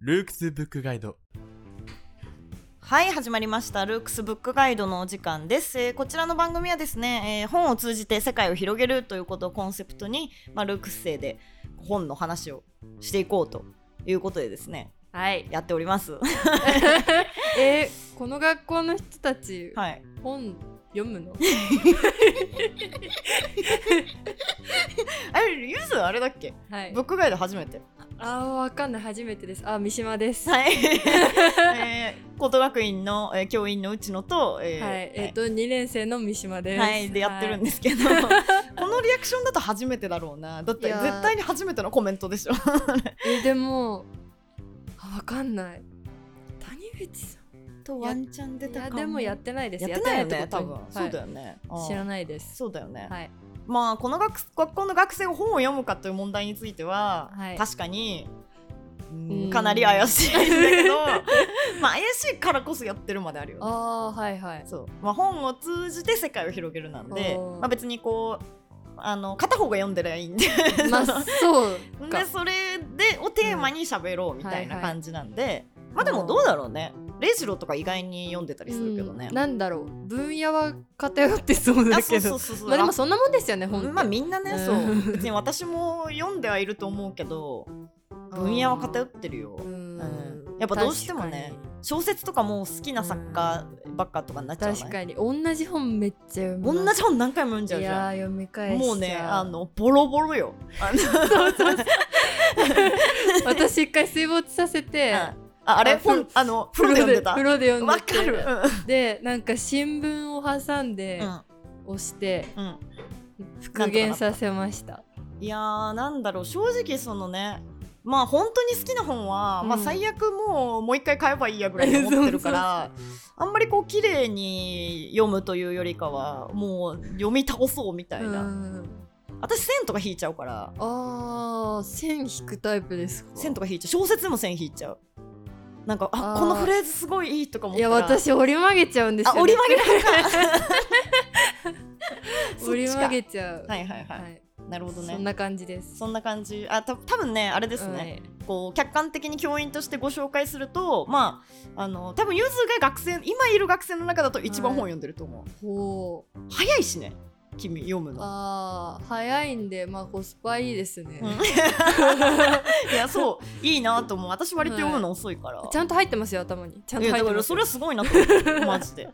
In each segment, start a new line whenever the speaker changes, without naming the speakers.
ルークスブックガイド
はい始まりましたルークスブックガイドのお時間です、えーこちらの番組はですね、えー本を通じて世界を広げるということをコンセプトに、まあ、ルークス生で本の話をしていこうということでですね
はい。
やっております
えー、この学校の人たち、
はい
本読 むの
あれゆずあれだっけ
はい
ブ。ックガイド初めて
あー、わかんない。初めてです。あー、三島です。は
は
い。
い えー高等学院の、えー教員のうちのと、えー
えっ、と、二年生の三島です。
はい、でやってるん
で。
です けど、このリアクションだと初めてだろうなだって
いやー
絶対に初めてのコメントでしょ
えーでも、あ、わかんない。谷口さ
と
ワン
チャン
ん。いや、でもやってないです。
やってないよ
や
ね
って
多
ないって
分、
こと
そうだ
は
よね
い知ら
い
ないです。
そうだよね、
はい。
まあこの学学校の学生が本を読むかという問題については、
はい
確かにうー
うんん
かなり怪しいんだけ どまあ怪しいからこそやってるまであるよね
あー、はいはい。
そう、まあ、本を通じて世界を広げるなんで、
おー
まあ、別にこうあの片方が読んでりゃいいんで
ま あ、そうか
で。それでをテーマに喋ろうみたい
うんは
ない
はい
感じなんで、まあでもどうだろうねレイジローとか意外に読んでたりするけどね、
うんなんだろう分野は偏ってそうだ
あそ
けど
うそうそうそう
まあでもそんなもんですよね本って
まあみんなね、そううん別に私も読んではいると思うけど分野は偏ってるよ、
うん
うんやっぱどうしてもね小説とかもう好きな作家ばっかとかになっちゃう
確かに確かに同じ本めっちゃ読む
同じ本何回も読んじゃう
い
じ
や
ゃ
ー読み返
ん
しちゃ
もうねあのボロボロよあの
私一回水没させて
ああれ
あ風
本あの風呂で読んでた
風呂で読んで
わ
て
かる
でなんか新聞を挟んで
うんうん
押して
うん
復元させました
いやーなんだろう正直そのねまあ本当に好きな本は、
うん
まあ最悪もうもう一回買えばいいやぐらいに思ってるから あんまりこう綺麗に読むというよりかはもう読み倒そうみたいな、
うん
私線とか引いちゃうから
あー線引くタイプですか
線とか引いちゃう小説でも線引いちゃうなんかあ
あー
このフレーズすごいいいとか思っ
い
たら
や私折り曲げちゃうんですよ、
あ
ね、
折り曲げる派かそっちか
折り曲げちゃう
はいはいはいなるほどね
そんな感じです
そんな感じあた多分ねあれですね、
はい
こう客観的に教員としてご紹介するとまああの多分ゆずが学生今いる学生の中だと一番
はい
本読んでると思う、
ほう
早いしね君読むの。
あー早いんでまあコスパいいですね、
うんいやそういいなと思う私割と読むの遅いから、
ちゃんと入ってますよ頭にちゃん
い
と
や
入
だ
っ
から
てます
それはすごいなと思うマ ジで、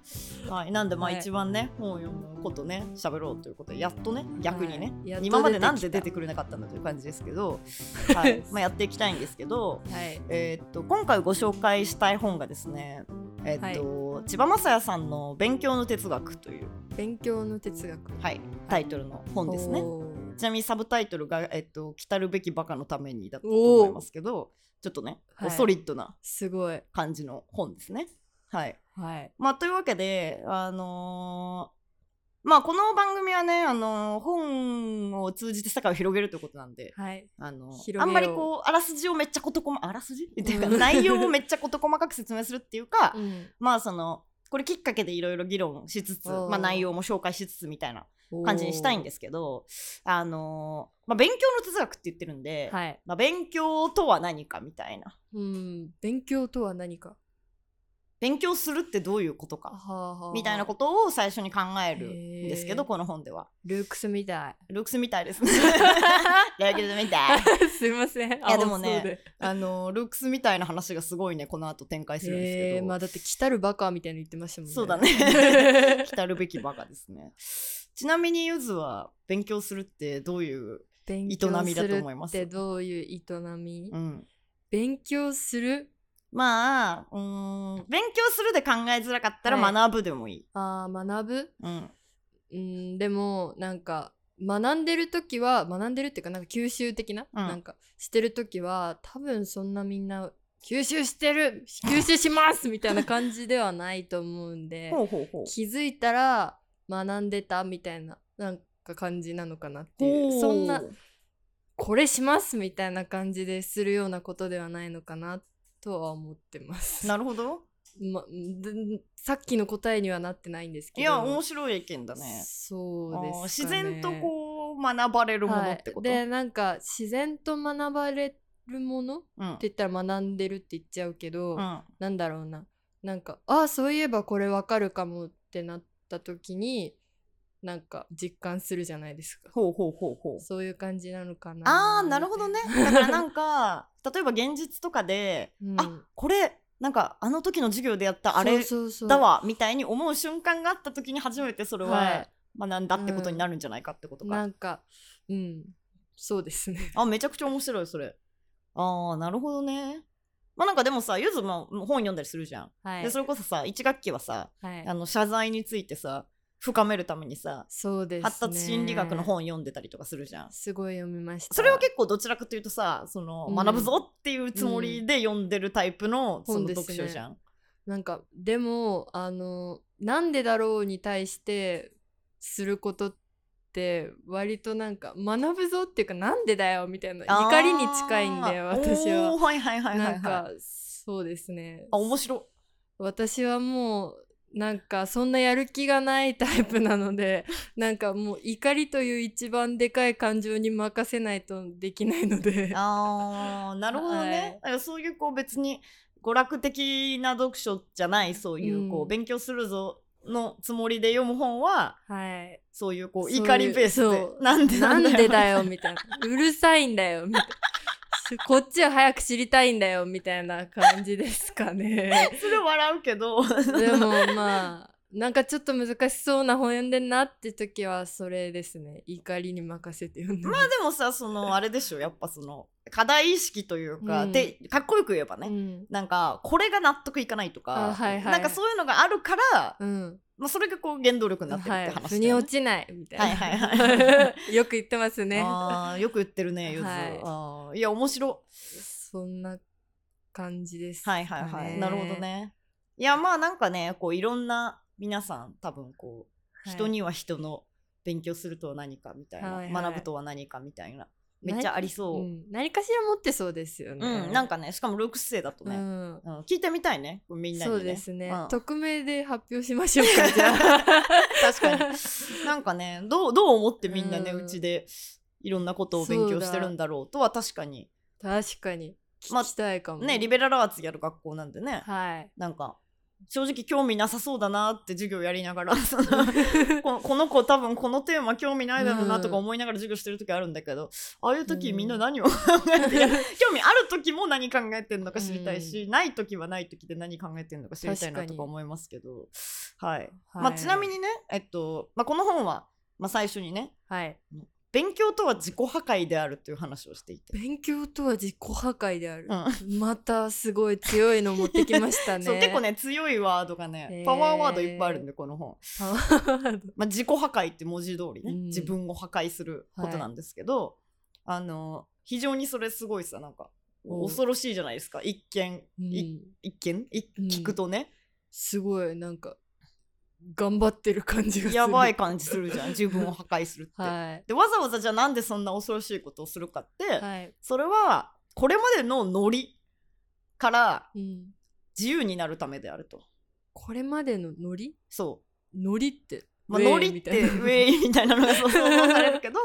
はい、なんでまあ
はい
一番ね、本を読むことね喋ろうということでやっとね逆にね、
はいやっと
今までなん
出
で
てきた
出てくれなかったんだという感じですけど、 はいまあ、やっていきたいんですけど
はい
えーっと今回ご紹介したい本がですね、えーっと千葉雅也さんの「勉強の哲学」という、
勉強の哲学
はい、タイトルの本ですね。
おー
ちなみにサブタイトルが「えーっと来たるべきバカのために」だったと思いますけどちょっとね、こう
はい
ソリッドな
すごい
感じの本ですね。はい
はい
まあ、というわけで、あのーまあ、この番組はね、あのー本を通じて世界を広げるということなんで、
はい
あの
広げよう
あんまりこうあらすじをめっちゃ事細あらすじっていうか
うん
内容をめっちゃ事細かく説明するっていうか、
うん
まあそのこれきっかけでいろいろ議論しつつ、
おー
まあ、内容も紹介しつつみたいな感じにしたいんですけどあのーまあ、勉強の哲学って言ってるんで、
はい
まあ、勉強とは何かみたいな
うん勉強とは何か
勉強するってどういうこと
は
か
あはあ
みたいなことを最初に考えるんですけど
へー
この本では。
ルークス みたい
ルークスみたい ですね。ルークスみたい。
すいませんい
やでもねあのルークスみたいな話がすごいねこの後展開するんですけど、
えー、まあだって来たるバカみたいなの言ってましたもんね
そうだ ね来たるべきバカですねちなみにゆずは勉強するってどういう
勉
営
強
み
す
だと
る
思いま
っ
す
てどういう営み、
うん
勉強する
まあうーん勉強するで考えづらかった
は
ら
い
学ぶでもいい、
あー学ぶ
うん
うんでもなんか学んでる時は学んでるっていうかなんか吸収的な、
うん
なんかしてる時は多分そんなみんな吸収してる吸収しますみたいな感じではないと思うんで
ほうほうほう
気づいたら学んでたみたいななんか感じなのかなっていうそんなこれしますみたいな感じでするようなことではないのかなとは思ってます。
なるほど
ま、んさっきの答えにはなってないんです
い
けど
や面白い意見だね
そう
あー
です
自
かね
然とこう学ばれるものってこと、
はい、でなんか自然と学ばれるものっ
うん
て言ったら学んでるって言っちゃうけ
う
ど、
ん
なんだろうななんかああそういえばこれわかるかもってなった時になんか実感するじゃないですか
ほうほうほうほう
そういう感じなのかな
あーなるほどねだからなんか例えば現実とかで、
うん
あこれなんかあの時の授業でやったあれ
そうそうそう
だわみたいに思う瞬間があった時に初めてそれ
は
は学んだってことになるんじゃないかってこと
い
か、
なんかうんそうで すね
あめちゃくちゃ面白いそれああなるほどねまあなんかでもさゆずも本読んだりするじゃん、
はい
でそれこそさ1学期はさ
はい
あの謝罪についてさ深めるためにさ
そうですね
発達心理学の本読んでたりとかするじゃん
すごい読みました
それは結構どちらかというとさその
うん
学ぶぞっていうつもりで読んでるタイプの,、そ
本
の
ですね
読書じゃん。
なんかでもあの「なんでだろう」に対してすることって割となんか学ぶぞっていうか「なんでだよ」みたいな
あー
怒りに近いんだよ私
おー
は。
はいはいはいはい、はい、
なんかそうですね
あ面白い
私はもうなんかそんなやる気がないタイプな のでなんかもう怒りという一番でかい感情に任せないとできないので。
あーなるほど
はい
ね、だからそういうこう別に娯楽的な読書じゃないそういう,、こ
う
うん勉強するぞのつもりで読む本は
はい
そういうこう
そういう
怒りベースで
そう
なんで
なんでだ
よ
よみたいな。うるさいんだよみたいな。こっちは早く知りたいんだよみたいな感じですかね。
それ笑うけ ど
でもまあ、なんかちょっと難しそうな本読んでんなって時はそれですね。怒りに任せて読んでま
まあでもさそのあれでしょやっぱその課題意識というか、
うん
でかっこよく言えばね、
うん。
なんかこれが納得いかないとか、
あはいはい
なんかそういうのがあるから、
うん。
まあ、それがこう原動力になってるっ
は
て
い。
話
腑
だ
に
よね、
落ちないみたいな。。
はいはい
よく言ってますね。
あーよく言ってるねゆず、
はい
あーいや面白
そんな感じです
い
か
は
ね、
いはいはいなるほどねいやまあなんかねこういろんな皆さん多分こう
はい。
人には人の勉強するとは何かみたいな、
はいはい
学ぶとは何かみたいなめっちゃありそう、
ん何かしら持ってそうですよね。
うん、なんかねしかもルークス生だと
う
ね、うん
ん。
聞いてみたいねみんなに、
そ
ね、
うですね、
うん
匿名で発表しましょう かじゃあ
確かに なんかねどうどう思ってみんなね、
うん
うちでいろんなことを勉強してるんだろうとは確かに
確かに
まあ
聞きたいかも、
ねリベラルアーツやる学校なんでね、
はい
なんか正直興味なさそうだなって授業やりながら そのここの子多分このテーマ興味ないだろうなとか思いながら授業してる時あるんだけど、ああいう時みんな何を考えて、 いや興味ある時も何考えてるのか知りたいし、ない時はない時で何考えてるのか知りたいなと
確
か
かに
思いますけどはいまあ、ちなみ
に
にね、えっとまあ、この本は、まあ、最初にね
はい
勉強とは自己破壊であるという話をしていて、
勉強とは自己破壊である
う、ん
またすごい強いの持ってきましたね
そう結構ね強いワードがね、
へー
パワーワードいっぱいあるんでこの本、
パワード
まあ、自己破壊って文字通りね、
うん
自分を破壊することなんですけど、あの非常にそれすごいさなんか
お
恐ろしいじゃないですか一見、
う
い
ん
一見い
うん
聞くと ね、
すごいなんか頑張ってる感じがする
やばい感じするじゃん自分を破壊するって。
はい
でわざわざじゃあなんでそんな恐ろしいことをするかって、
はい、
それはこれまでのノリから
うん、
自由になるためであると
これまでのノリ
そ
ノリって、
う、まあ、
ウェー
ノリって
みたいな
ウ ェイみたいなのがそう想像されるけ ど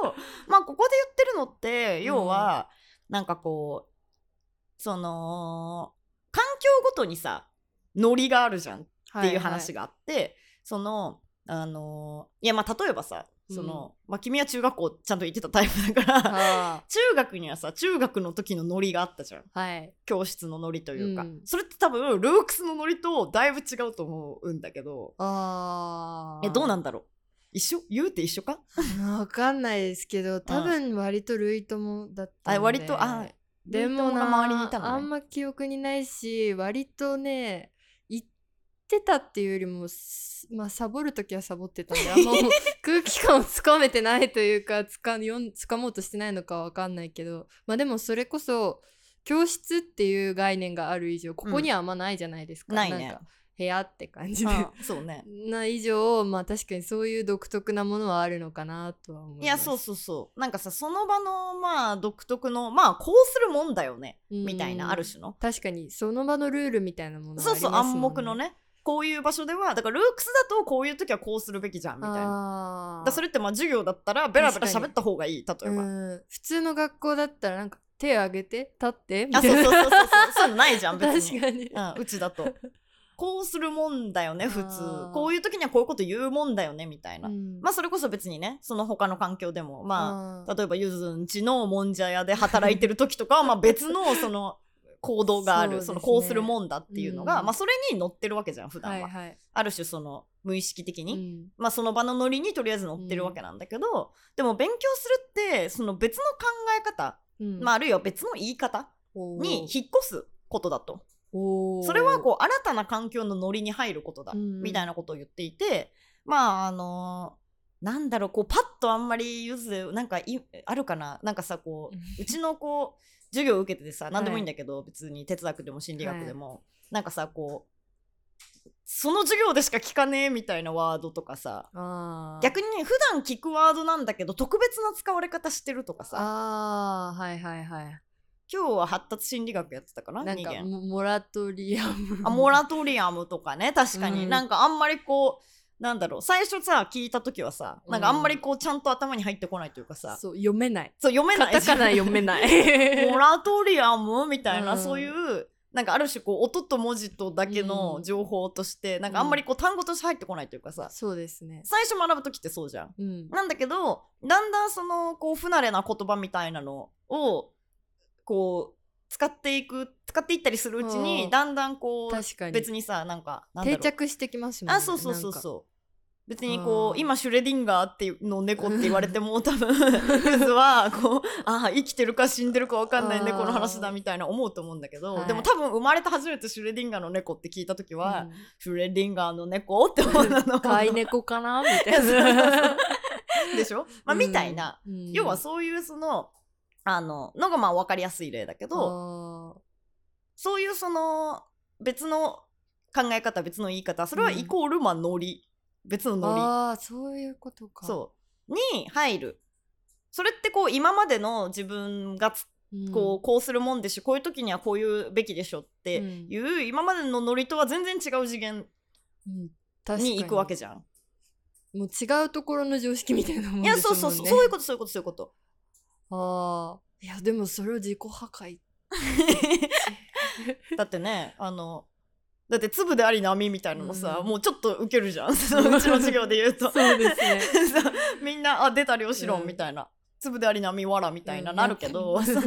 まあここで言ってるのって要はなんかこうその環境ごとにさノリがあるじゃんっていう話
が、
があって、そのあのいやまあ例えばさその、まあ、君は中学校ちゃんと行ってたタイプだから
は
中学にはさ中学の時のノリがあったじゃん。
いはい
教室のノリというか、
うん
それって多分ルークスのノリとだいぶ違うと思うんだけど
あー
えどうなんだろう一緒言うて一緒か
わかんないですけど多分割と類友だったので、
あ割とあ
でも
友が
な
周りにいた
あ
の
ん
ね
ま記憶にないし割とね行ってたっていうよりもすまあサボる時はサボって たんであんまもう空気感をつかめてないというかつかよんつかもうとしてないのかわかんないけどまあでもそれこそ教室っていう概念がある以上ここにはあんまないじゃないですか。
ないね
なんか部屋って感じで、
あ そうね
な以上まあ確かにそういう独特なものはあるのかなとは思います
いやそうそうそうなんかさその場のまあ独特のまあこうするもんだよね
うん
みたいなある種の
確かにその場のルールみたいなものは
そうそう
ありますもん
暗黙のねこういう場所ではだからルークスだとこういう時はこうするべきじゃんみたいな
な
だそれってまあ授業だったらベラベラ喋った方がいい例えば、
うん普通の学校だったらなんか手挙げて立ってみた
あ
い
そうそう
な
そうそうそうそういうのないじゃん別に
確かに、
うん、うちだとこうするもんだよね普
あ
通
ー
こういう時にはこういうこと言うもんだよねみたいな、
うん
まあそれこそ別にねその他の環境でもま
あ
あ
ー
例えばゆずんちのもんじゃ屋で働いてる時とか はまあ別のその行動があ
そう
るそ,、
ですね
のこうするもんだっていうのが、
うん
まあそれに乗ってるわけじゃん普段は、
はいはい、
ある種その無意識的に、
うん
まあ、その場のノリにとりあえず乗ってるわけなんだけど、でも勉強するってその別の考え方、
うん
まあ、あるいは別の言い方
おー
に引っ越すことだと
おー
それはこう新たな環境のノリに入ることだ、
うん
みたいなことを言っていてまああのなんだろうこうパッとあんまりゆずなんかいあるかななんかさこううちのこう授業を受けててさ何でもいいんだけど、別に哲学でも心理学でも、なんかさこうその授業でしか聞かねえみたいなワードとかさ
あー
逆にね普段聞くワードなんだけど特別な使われ方してるとかさ
あーはいはいはい
今日は発達心理学やってたかな
なん
二
か
限
モモラトリアム
あモラトリアムとかね確かに、
うん
なんかあんまりこうなんだろう最初さ聞いた時はさなんかあんまりこうちゃんと頭に入ってこないというかさ、
そう読めない
そう読めな
カ
い
タカナ読めな い
モラトリアムみたいな、
うん
そういうなんかある種こう音と文字とだけの情報として、なんかあんまりこう単語として入ってこないというかさ、
そうですね
最初学ぶ時ってそうじゃん。
うん
なんだけどだんだんそのこう不慣れな言葉みたいなのをこう使っていく使っていったりするうち
う
に
ん
だんだんこう
確かに
別にさなんかなんだろ
定
う
着してきますもんね
あそうそうそう
う
そう別にこ
う
うん今シュレディンガーっていうの猫って言われて も多分ユズはこうああ生きてるか死んでるか分かんない猫の話だみたいな思うと思うんだけど、
はい
でも多分生まれて初めてシュレディンガーの猫って聞いた時は、シュレディンガーの猫って思うの
飼い猫かなみたい
そうそうそ
な
うでしょ、まあ、みたいな、要はそういうそのあののがまあ分かりやすい例だけ
う
ど、
んあー
そういうその別の考え方別の言い方それはイコールまあノリ、別のノリ
あーそういうことか
そうに入るそれってこう今までの自分がつ
うん
こうこうするもんでしょ、こういう時にはこういうべきでしょっていう、今までのノリとは全然違う次元
うん確か
に行くわけじゃん。
もう違うところの常識みたいなもん
い
ですもん
や
ね
そうそうそうそういうことそういうことそういうこと。
あーいやでもそれを自己破壊
だって ねあのだって粒であり波みたいなのさ、
うん
もうちょっとウケるじゃ んそのうちの授業で言うと。
そうです ね
さみんなあ出た量子論みたいな、粒であり波わらみたいななるけど、その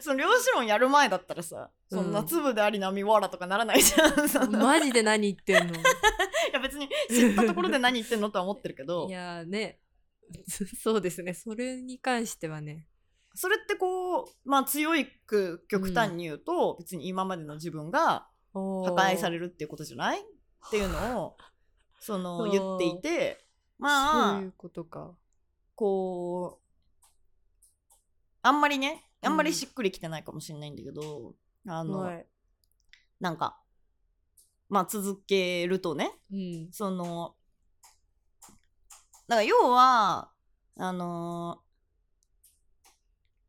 その量子論やる前だったらさそんな
うん
粒であり波わらとかならないじゃん、その い
マジで何言って んの
や別に知ったところで何言ってんのとは思ってるけど
いやーね そうですねそれに関してはね
それってこうまあ強いく極端に言うと、別に今までの自分が
破
破壊され
る
るっていうことじゃないっていうのをその
おー
言っていて
そ
ま
う
あ
いうことか
こうあんまりねあんま
う
り
ん
しっくりきてないかもしれないんだけど、あの、
はい
なんかまあ続けるとね
うん
そのだから要はあの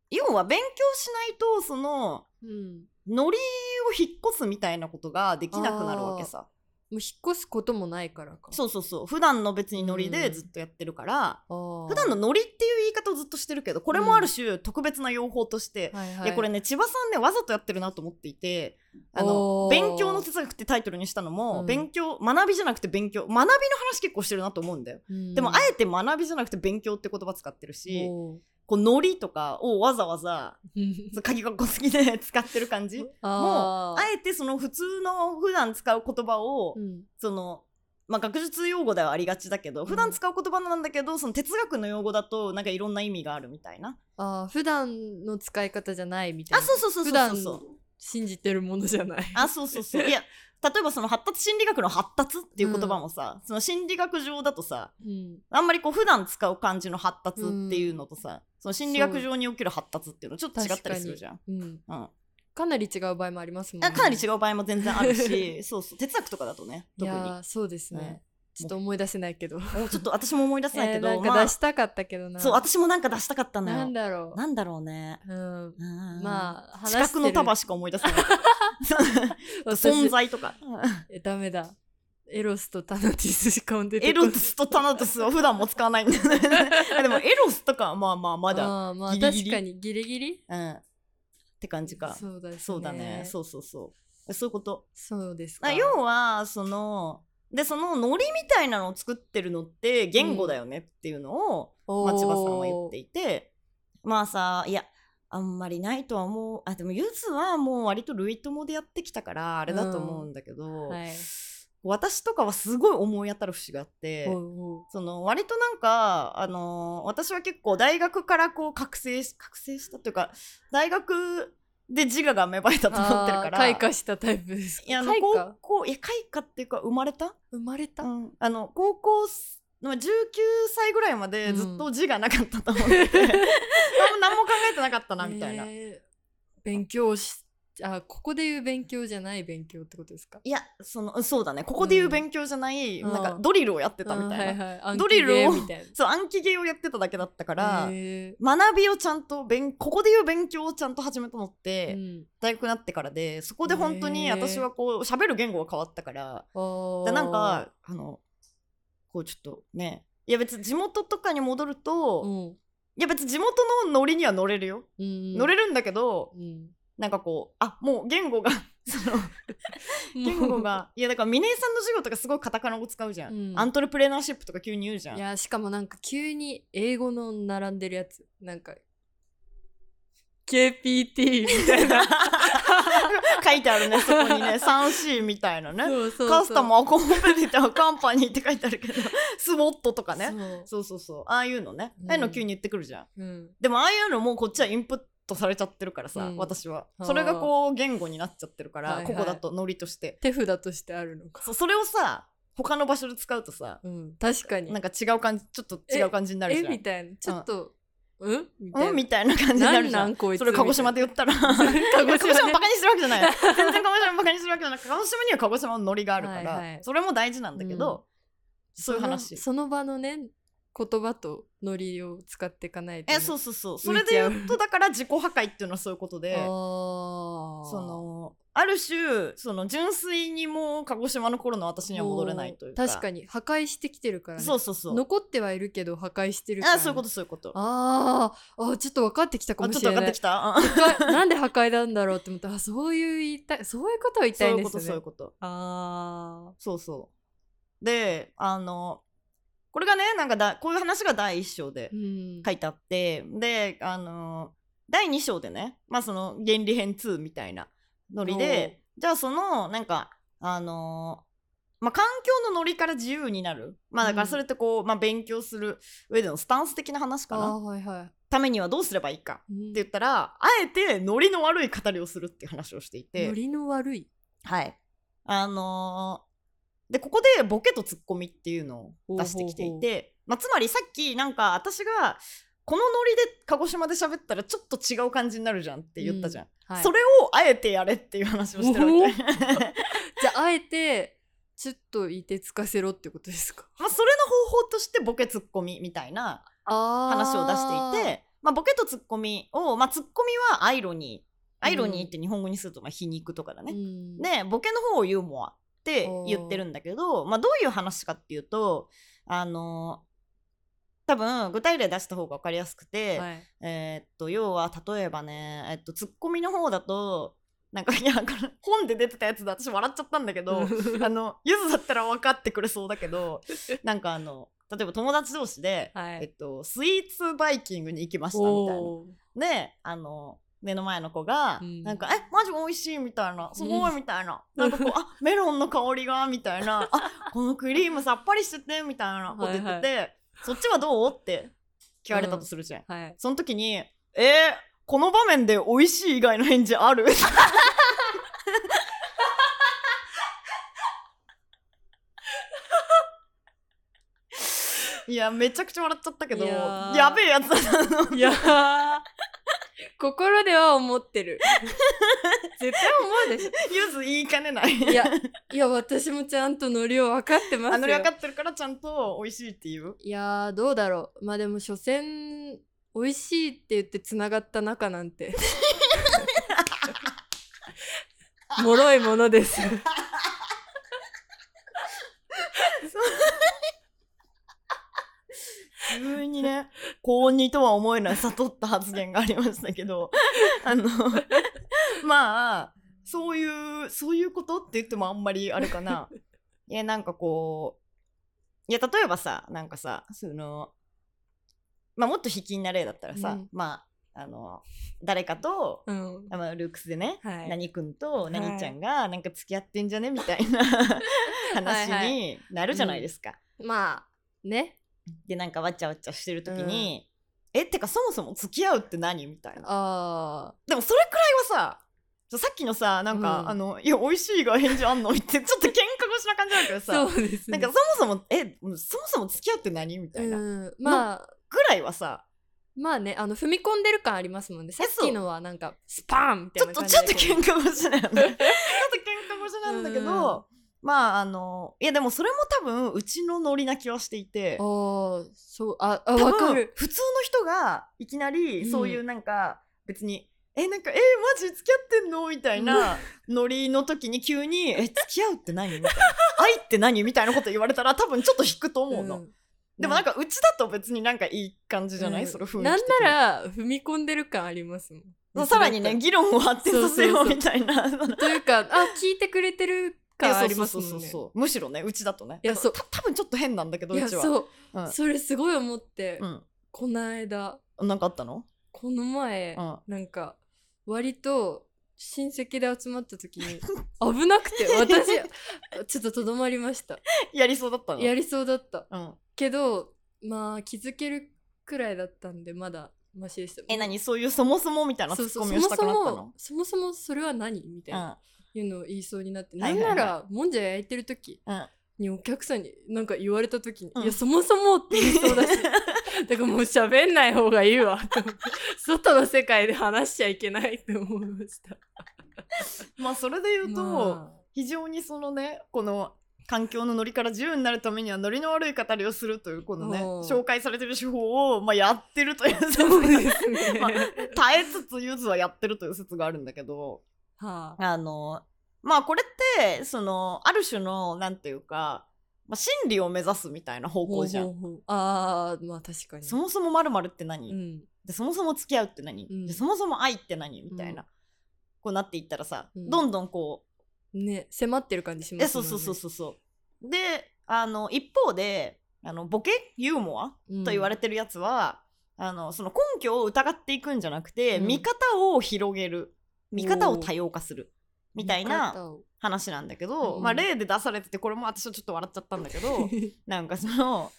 要は勉強しないとその
うん
ノリを引っ越すみたいなことができなくなるわけさ
もう引っ越すこともないからか
そうそうそう普段の別にノリで
うん
ずっとやってるから、
う
普段のノリっていう言い方をずっとしてるけどこれもある種特別な用法として、
はいはい
いやこれね千葉さんねわざとやってるなと思っていてあの
おー
勉強の哲学ってタイトルにしたのも、
うん
勉強学びじゃなくて勉強学びの話結構してるなと思うんだよ。
うん
でもあえて学びじゃなくて勉強って言葉使ってるし、
お
こうノリとかをわざわざ
ー
鍵がこ好きで 使ってる感じもうあ
あー
えてその普通の普段使う言葉を、
うん
その、まあ、学術用語ではありがちだけど
ん
普段使う言葉なんだけど、その哲学の用語だとなんかいろんな意味があるみたいな。
あー普段の使い方じゃないみたい
あ
な
そうそうそうそうそうそう
普段信じてるものじゃない
あそうそうそういや例えばその発達心理学の発達っていう言葉もさ、その心理学上だとさ
うん
あんまりこう普段使う漢字の発達っていうのとさ、その心理学上における発達っていうのちょっと違ったりするじゃん。
うん
うん、
かなり違う場合もありますもん
あかなり違
う
う場合も全然あるし そうそう哲学とかだとね
い
特
や
に
ーそうですね、ちょっと思い出せないけど
もうちょっと私も思い出せないけど、
えーなん
ま
か
あ
出したかったけどな、
そう私もなんか出したかったのよ
なんだろう
なんだろうね
うん
うん
まあ
四角の束しか思い出せ ない存
存在
在とか
えダメだエロスとタナティスしか出て
エ
こない
ロスとタナトスは普段も使わないんだよね あでもエロスとかはまあまあまだ
あーまあ
ギリギリ
確かにギリギリ
うんって感じか
そうだね
そうだねそうそうそうそういうこと
そうです
あ
か
要はそのでそのノリみたいなのを作ってるのって言語だよねっていうのを、
おー
松葉さんは言っていてまあさいやあんまりないとは思うあでもゆずはもう割と類友でやってきたからあれだと思うんだけど、
はい
私とかはすごい思い当たる節があって。
おうおう
その割となんか、あのー私は結構大学からこう覚醒し覚醒したというか大学で自我が芽生えたと思ってるから
あー開花したタイプです
いやあの
開
高
花
校いや開花っていうか生まれた
生まれた、
うんあの高校すまあ19歳ぐらいまでずっと字がなかったと思 って、何も何も考えてなかったなみたいな、
えー勉強しあここで言う勉強じゃない勉強ってことですか
いやそのそうだねここで言う勉強じゃない、
うん
なんかドリルをやってたみたいな、
あーはいはい
ドリルを
暗記ゲーみたい
そう暗記ゲーをやってただけだったか
な
ら、
え
学びをちゃんと勉ここで言う勉強をちゃんと始めたのって、
ーうん
大学になってからでそこで本当に
へー
私はこう喋る言語が変わったから、
あ
で
ー
なんかあのこうちょっとねいや別に地元とかに戻ると、
うん
いや別に地元のノリには乗れるよ、
うん
乗れるんだけど
うん
なんかこうあもう言語が そ の言語がいやだから峰井さんの授業とかすごいカタカナ語使うじゃん、
うん
アントレプレナーシップとか急に言うじゃん
いやしかもなんか急に英語の並んでるやつなんか KPT みたいな
書いてあるねそこにね 3C みたいなね
そうそうそう
カスタマーコンペティターカンパニーって書いてあるけどスウォットとかね
そう
そうそうそうああいうのね、ああいうの急に言ってくるじゃん
うん
でもああいうのもうこっちはインプットされちゃってるからさ、
うん
私は
あー
それがこう言語になっちゃってるから、
はいはい
ここだとノリとして
手札としてあるのか、
そうそれをさ他の場所で使うとさ
うん、確かに
なんか違う感じちょっと違う感じになる
え
じゃん
みたいなちょっとうんみたいな,、
うんみたいな感じになるじゃ
なんんこいつ
それ鹿児島で言ったら鹿
みたいな
児
鹿児
島
島
を
ね
バカにしてるわけじゃないよ全然鹿児島をバカにしてるわけじゃない鹿児島には鹿児島のノリがあるから、
はいはい
それも大事なんだけど、
うん
そういう話
そのその場のね言葉とノリを使っていかないとね、
えそうそうそうそ
浮
れ
い
で
ちゃう
言うとだから自己破壊っていうのはそういうことで
あ
そ
そ
のある種その純粋にもう鹿児島の頃の私には戻れないというか
確かに破壊してきてるから、ね、
そうそうそう
残ってはいるけど破壊してるから、
あそういうことそういうこと
あーあーちょっと分かってきたか
あ
も
ちょっ
し
と
れ
分かって
な
き
い
たうん
破壊 なんで破壊なんだろうって思ったあそういう言いたいそういうことを言い
そ
た
う
い
い
ん
う
で
こ
す
と
ね
そういうこと
あ
そうそう。で、あの、これがね、なんかだこういう話が第1章で
ーうん
書いてあって、で、あの、第2章でね、まあその原理編2みたいなノリで、じゃあその、なんか、あの、まあ、環境のノリから自由になる。まあだか
う
ら
ん
それってこう、まあ勉強する上でのスタンス的な話か
あ
な。
ーはいはい、
ためにはどうすればいいかっ
うん
て言ったら、あえてノリの悪い語りをするっていう話をしていて。
ノリの悪い
はい。あのーでここでボケとツッコミっていうのを出してきていて
ほうほ
まあ、つまりさっきなんか私がこのノリで鹿児島で喋ったらちょっと違う感じになるじゃんって言ったじゃん、
はい
それをあえてやれっていう話をしてるわけ
じゃああえてちょっといてつかせろってことですか
まあそれの方法としてボケツッコミみたいな 話
話
を出していてまあ、ボケとツッコミを、まあ、ツッコミはアイロニーアイロニーって日本語にするとまあ皮肉とかだね、
うん、
でボケの方をユーモアって言ってるんだけど、まあ、どういう話かっていうとあの多分具体例出した方が分かりやすくて、
はい、
えーっと要は例えばね、えっと、ツッコミの方だとなんかいやこれ本で出てたやつで私笑っちゃったんだけ どあのゆずだったら分かってくれそうだけどなんかあの例えば友達同士で、
はい
えっと、スイーツバイキングに行きましたみたいな。
おー
であの目の前の子が、
うん
なんか「えマジ美味しい」みたいな「すごい」みたいな、
うん
なんかこう「あメロンの香りが」みたいな「あこのクリームさっぱりしてて」みたいなこと言ってて、そっちはどう?」って聞かれたとするじゃん。
はい
その時に「えー、この場面で美味しい以外の返事ある? 」 いやめちゃくちゃ笑っちゃったけど
いや
や
ー
べえやつだな
いやー 心では思っ てる絶対思うでし
ゆず言いかねない
ょいやいや私もちゃんとノリを分かってますよ
あのり分かってるからちゃんと美味しいっていう
いやーどうだろうまあでも所詮美味しいって言ってつながった仲なん て脆いものです
急にね 高2とは思えない悟った発言がありましたけど あのまあそういうそういうことって言ってもあんまりあれか ないやなんかこういや例えばさなんかさそのまあもっと卑近な例だったらさ、
うん
まああの誰かと、
うん
あまあ、ルークスでね、
はい
何くんと何ちゃんがなんか付き合ってんじゃねみたい な話
はいは
になるじゃないですか。
まあね
でなんかわちゃわちゃしてる時に、えってかそもそも付き合うって何みたいな
ああ
でもそれくらいはさちょさっきのさなんか、
うん
あの「いや美味しい」が返事あんのってちょっ と喧嘩腰な感じだけど
そ
さ
うです
なん
ね
かそもそも「えそもそも付き合うって何?」みたいな、
うん、まあ
ぐらいはさ
まあねあの踏み込んでる感ありますもんねさ
え
っ
そう
きのはなんかスパーンみ
ち
たい
ょっ
な
と
感じ
ちょっと
だけ
喧
ど
嘩腰だよね ちょっと喧嘩腰なんだけど、まああのいやでもそれも多分うちのノリな気はしていて。
ああそうああ
多分
わかる
普通の人がいきなり
うん
そういうなんか別に、えなんかえマジ付き合ってんのみたいなノリの時に急に「え付き合うって何?」みたいな 「愛って何?」みたいなこと言われたら多分ちょっと引くと思うの、
ん
でもなんかうちだと別になんかいい感じじゃない、
うん
その雰囲気
なん
的に
なら踏み込んでる感ありますもん
そうさらにね議論を発展させようみたいなその
というかあ聞いてくれてる感ありますもんね
そうそうそうそうむしろねうちだとね
いやそう
だからた多分ちょっと変なんだけど
いうや
ちは
そう、
うん
それすごい思って、
う
この間
んなんかあったの
この前、
うん
なんか割と親戚で集まった時に危なくて 私ちょっととどまりました
やりそうだったの
やりそうだった
うん、
けどまあ気づけるくらいだったんでまだマシでした
え何そういうそもそもみたいなツ
そう
ッコ
そうそ
ミをし
も
たく
そ
なったの
もそもそもそれは何みたいな、いうのを言いそうになって、
はいはいはい
なんならもんじゃ焼いてる時
うんうん
にお客さんになんか言われた時に、
うん
いやそもそもって言いそ うだしだからもう喋んない方がいいわ と思って外の世界で話しちゃいけないと思いました。
まあそれで言うと、
まあ
非常にそのねこの環境のノリから自由になるためにはノリの悪い語りをするというこのね
おう
紹介されてる手法を、まあ、やってるという説
そう で
が
すね。
まあ耐えつつゆずはやってるという説があるんだけど
はあ、
あのまあこれってそのある種のなんていうか、まあ、真理を目指すみたいな方向じゃん。
ほうほうほうあーまあ確かに。
そもそも〇〇って何、
うん
でそもそも付き合うって何、
うん
でそもそも愛って何みたいな、こうなっていったらさ、
うん
どんどんこう
ね迫ってる感じしま
え
す
そ
も
うんそ
ね。
うそうそうそうであの一方であのボケユーモア
うん
と言われてるやつは、あのその根拠を疑っていくんじゃなくて、
うん
見方を広げる見方を多様化するみたい
見
な
方を
話なんだけど、
うん
まあ、例で出されててこれも私はちょっと笑っちゃったんだけ ど
付
なんかその。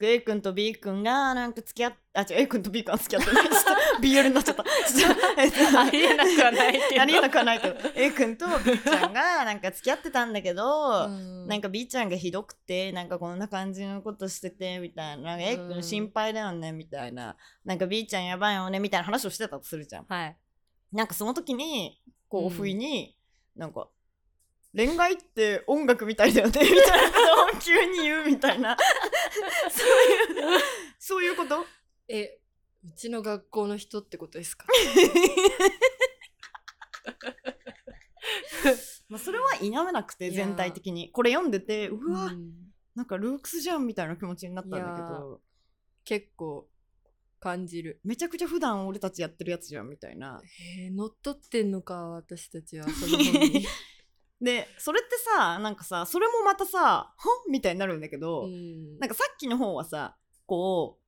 A 君と B 君がなんか付き合っあ違う A 君と B 君は付き合ってないちょっ と BL になっちゃったちょっとえっと
ありえなくはないけ ど
ありえなくはないけど A 君と B ちゃんがなんか付き合ってたんだけど、なんか B ちゃんがひどくてなんかこんな感じのことしててみたいななんか A
う
君
ん
心配だよねみたいななんか B ちゃんやばいよねみたいな話をしてたとするじゃん
はい。
なんかその時にこ
う
うん不意になんか恋愛って音楽みたいだよねみ たいなことを急に言うみたい なそういうそういうこと
えうちの学校の人ってことですか。
まあそれは否めなくて全体的にこれ読んでてうわ、
うん
なんかルークスじゃんみたいな気持ちになったんだけ
いや
ど
結構感じる。
めちゃくちゃ普段俺たちやってるやつじゃんみたいな
えー、乗っ取ってんのか私たちはその本 に、
でそれってさなんかさそれもまたさ「ほん?」みたいになるんだけど、
うん
なんかさっきの方はさこ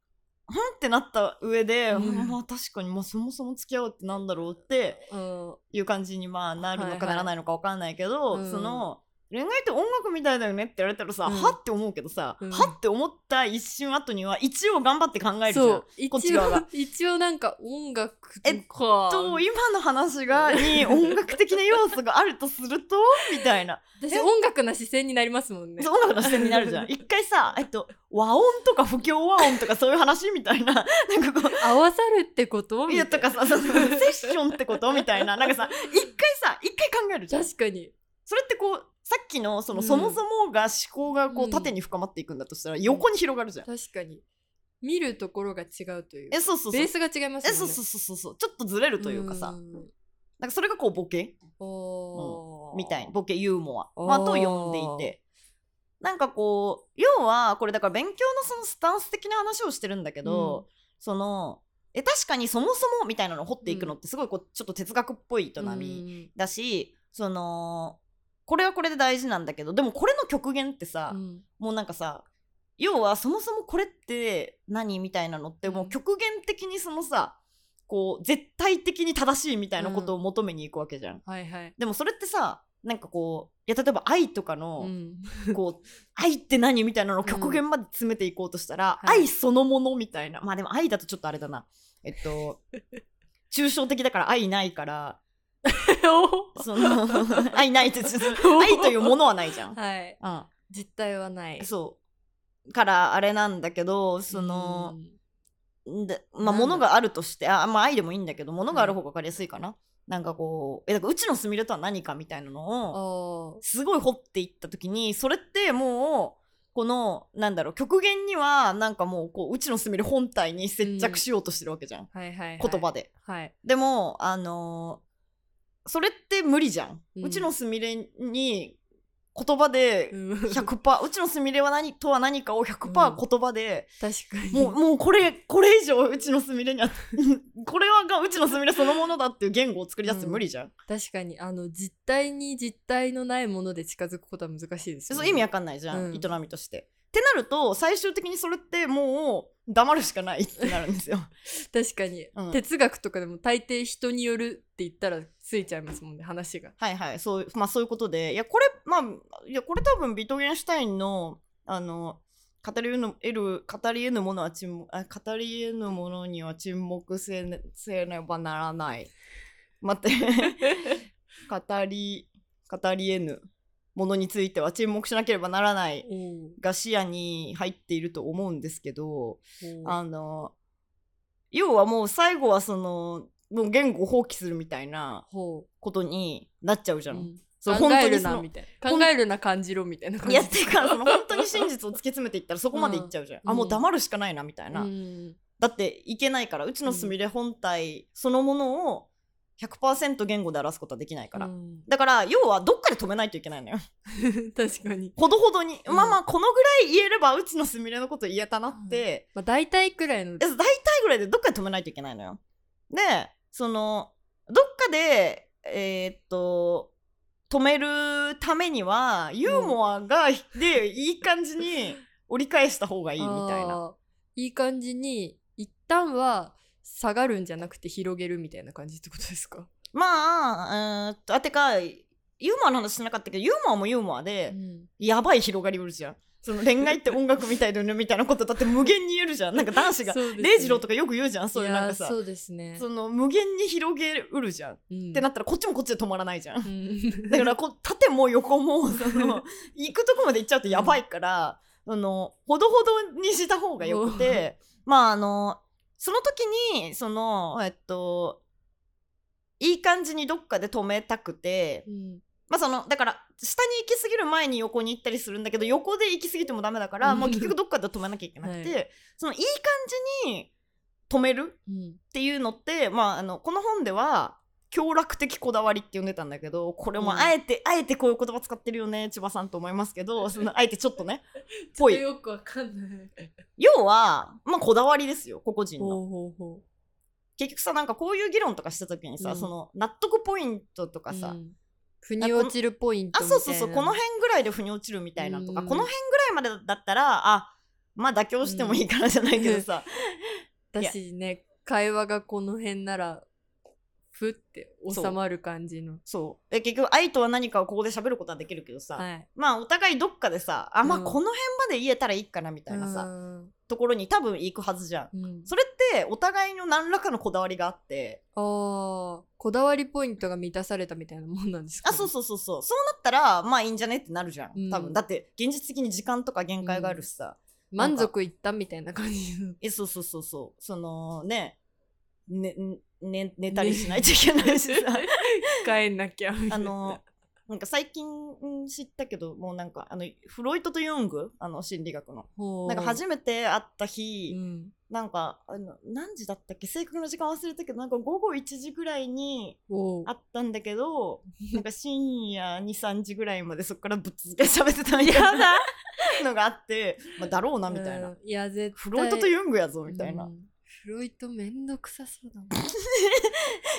う「ほん?」ってなった上で、
うん
うんまあ確かに、まあ、そもそも付き合うってなんだろうって
うん
いう感じにまあなるの
はい
か
はい
ならないのかわかんないけど、
うん
その恋愛って音楽みたいだよねって言われたらさ、
うん
はって思うけどさ、
うん
はって思った一瞬後には一応頑張って考えるじゃ
そ
ん
う。
こっち
一
側
応
が
一応なんか音楽と
えっ
か
と今の話がに音楽的な要素があるとするとみたいな
私音楽な視線になりますもんね
そう音楽の視点になるじゃん 一回さ、えっと、和音とか不協和音とかそういう話みたいな なんかこう
合わさるってこと
いや
みた
と
いな
かさそうそうセッションってことみたい ななんかさ一回さ一回考えるじゃん
確かに
それってこうさっきのその、
うん
そもそもが思考がこ
う
うん縦に深まっていくんだとしたら横に広がるじゃん、
確かに見るところが違うという
えそうそうそう
ベースが違いますも
え
んね
そうそうそうそうそうちょっとずれるというかさ、
ん
なんかそれがこうボケ
おー
みたいなボケユーモア、
あー
まあ、と呼んでいてなんかこう要はこれだから勉強のそのスタンス的な話をしてるんだけど、
うん
そのえ確かにそもそもみたいなのを掘っていくのってすごいこうちょっと哲学っぽい営みだし、そのこれはこれで大事なんだけどでもこれの極限ってさ、
うんうん
もうなんかさ要はそもそもこれって何みたいなのってもう極限的にそのさこう絶対的に正しいみたいなことを求めに行くわけじゃん。
はいはい、
でもそれってさなんかこういや例えば愛とか
う
の、
ん、
こう愛って何みたいなのを
うん
極限まで詰めていこうとしたら、
はい
愛そのものみたいなまあでも愛だとちょっとあれだなえっ と抽象的だから愛ないからその 愛ないってちょっと愛というものはないじゃん。
はい
うん
実態はない
そうからあれなんだけどその、
うん
でまあ
なんだ
物があるとしてあまあ愛でもいいんだけど物がある方が分かりやすいかな、なんかこうえだからうちのすみれとは何かみたいなのを
あ
すごい掘っていった時にそれってもうこのなんだろう極限にはなんかもうこううちのすみれ本体に接着しようとしてるわけじゃん、
ーはいはい、はい、
言葉で。
はい
でもあのーそれって無理じゃん、
う
うんちのすみれに言葉で
うん 確か
100%うちのすみれは何とは何かを100%言葉で、
に
もうもうこれこれ以上うちのすみれには これはがうちのすみれそのものだっていう言語を作り出すって無理じゃん、
確かにあの実態に実態のないもので近づくことは難しいですよ、
そ
ね、
う意味わかんないじゃん、
うん
営みとして。ってなると最終的にそれってもう黙るしかないってなるんです よ。
確かに、
うん
哲学とかでも大抵人によるって言ったらついちゃいますもんね話が
はいはいそう,、まあ、そういうことでいやこれまあいやこれ多分ビトゲンシュタインのあの語り得ぬ得る語り得ぬものは沈黙あ語り得ぬものには沈黙せねせねばならない待 って語り語り得ぬものについては沈黙しなければならない
お
が視野に入っていると思うんですけど、
あ
あの要はもう最後はそのもう言語を放棄するみたいな
ほ
ことになっちゃうじ
う、
ゃん。
うん
そう
考える
そ
な
の
みたいな考えるな感じろみたいな感
い
じ
やっていうかその本当に真実を突き詰めていったらそこまでいっちゃうじゃん、
うん
あもう黙るしかないなみたいな、
うん
だっていけないからうちのすみれ本体そのものを100%言語で表すことはできないから、
うん
だから要はどっかで止めないといけないのよ
確かに、
ほどほどに、
うん
まあまあこのぐらい言えればうちのすみれのこと言えたなって、
まあ、大体くらいの
で大体ぐらいでどっかで止めないといけないのよ。でそのどっかでえーっと止めるためにはユーモアが、でいい感じに折り返した方がいいみたいな。
あーいい感じに一旦は下がるんじゃなくて広げるみたいな感じってことですか、
まあうーんとあてかユーモアの話しなかったけどユーモアもユーモアで、
うん
やばい広がりうるじゃん。その恋愛って音楽みたいだよねみたいなことだって無限に言えるじゃん。なんか男子が、
そうですね
礼二郎とかよく言うじゃん そういうなんか
いや
さ
ーそうですね
その無限に広げうるじゃん。
うん
ってなったらこっちもこっちで止まらないじゃん
う。ん
だからこう縦も横もそ の行くとこまで行っちゃうとやばいから、あのほどほどにした方がよくて まああのその時にそのえっといい感じにどっかで止めたくて、
うん
まあ、そのだから下に行き過ぎる前に横に行ったりするんだけど横で行き過ぎてもダメだから、
うん
まあ、結局どっかで止めなきゃいけなくて、
は
そのいい感じに止める
うん
っていうのって、まあ、あのこの本では強楽的こだわりって呼んでたんだけどこれも
うん
あえて、あえてこういう言葉使ってるよね千葉さんと思いますけどそのあえてちょっとねぽい
ちょっとよくわかんない
要は、まあ、こだわりですよ個々人の
ほうほうほ
結局さなんかこういう議論とかした時にさ、
うん
その納得ポイントと
う
かさ、
うん腑に落ちるポイント
あ
みたい
そ
な
うそうそうこの辺ぐらいで腑に落ちるみたいなとか、
うん
この辺ぐらいまでだったらあまあ妥協してもいいかなじゃないけどさ、
私ね会話がこの辺ならふって収まる感じの。
そうで結局愛とは何かをここで喋ることはできるけどさ、
はい。
まあお互いどっかでさあまあ
うん
この辺まで言えたらいいかなみたいなさ、
うん
ところに多分行くはずじゃん。
うん、
それってお互いの何らかのこだわりがあって
あーこだわりポイントが満たされたみたいなもんなんですか、
あそうそうそうそうそうなったらまあいいんじゃねってなるじゃ
うん
ん多分、だって現実的に時間とか限界があるしさ、
満足いったみたいな感じの。
えそうそうそうそうそのねねね寝たりしないといけないしさ
帰んなきゃみ た
あ
いな
のなんか最近うん知ったけどもうなんかあのフロイトとユングあの心理学の
ほう
なんか初めて会った日、
うん、
なんかあの何時だったっけ正確な時間忘れたけどなんか午後1時ぐらいに
おう
あったんだけ どなんか深夜23時ぐらいまでそこからぶっ続けて喋ってたみたいな のがあって、まあ、だろうなみたいな、
うんいや絶対
フロイトとユングやぞみたいな、
うんフロイトめんどくさそ うだもん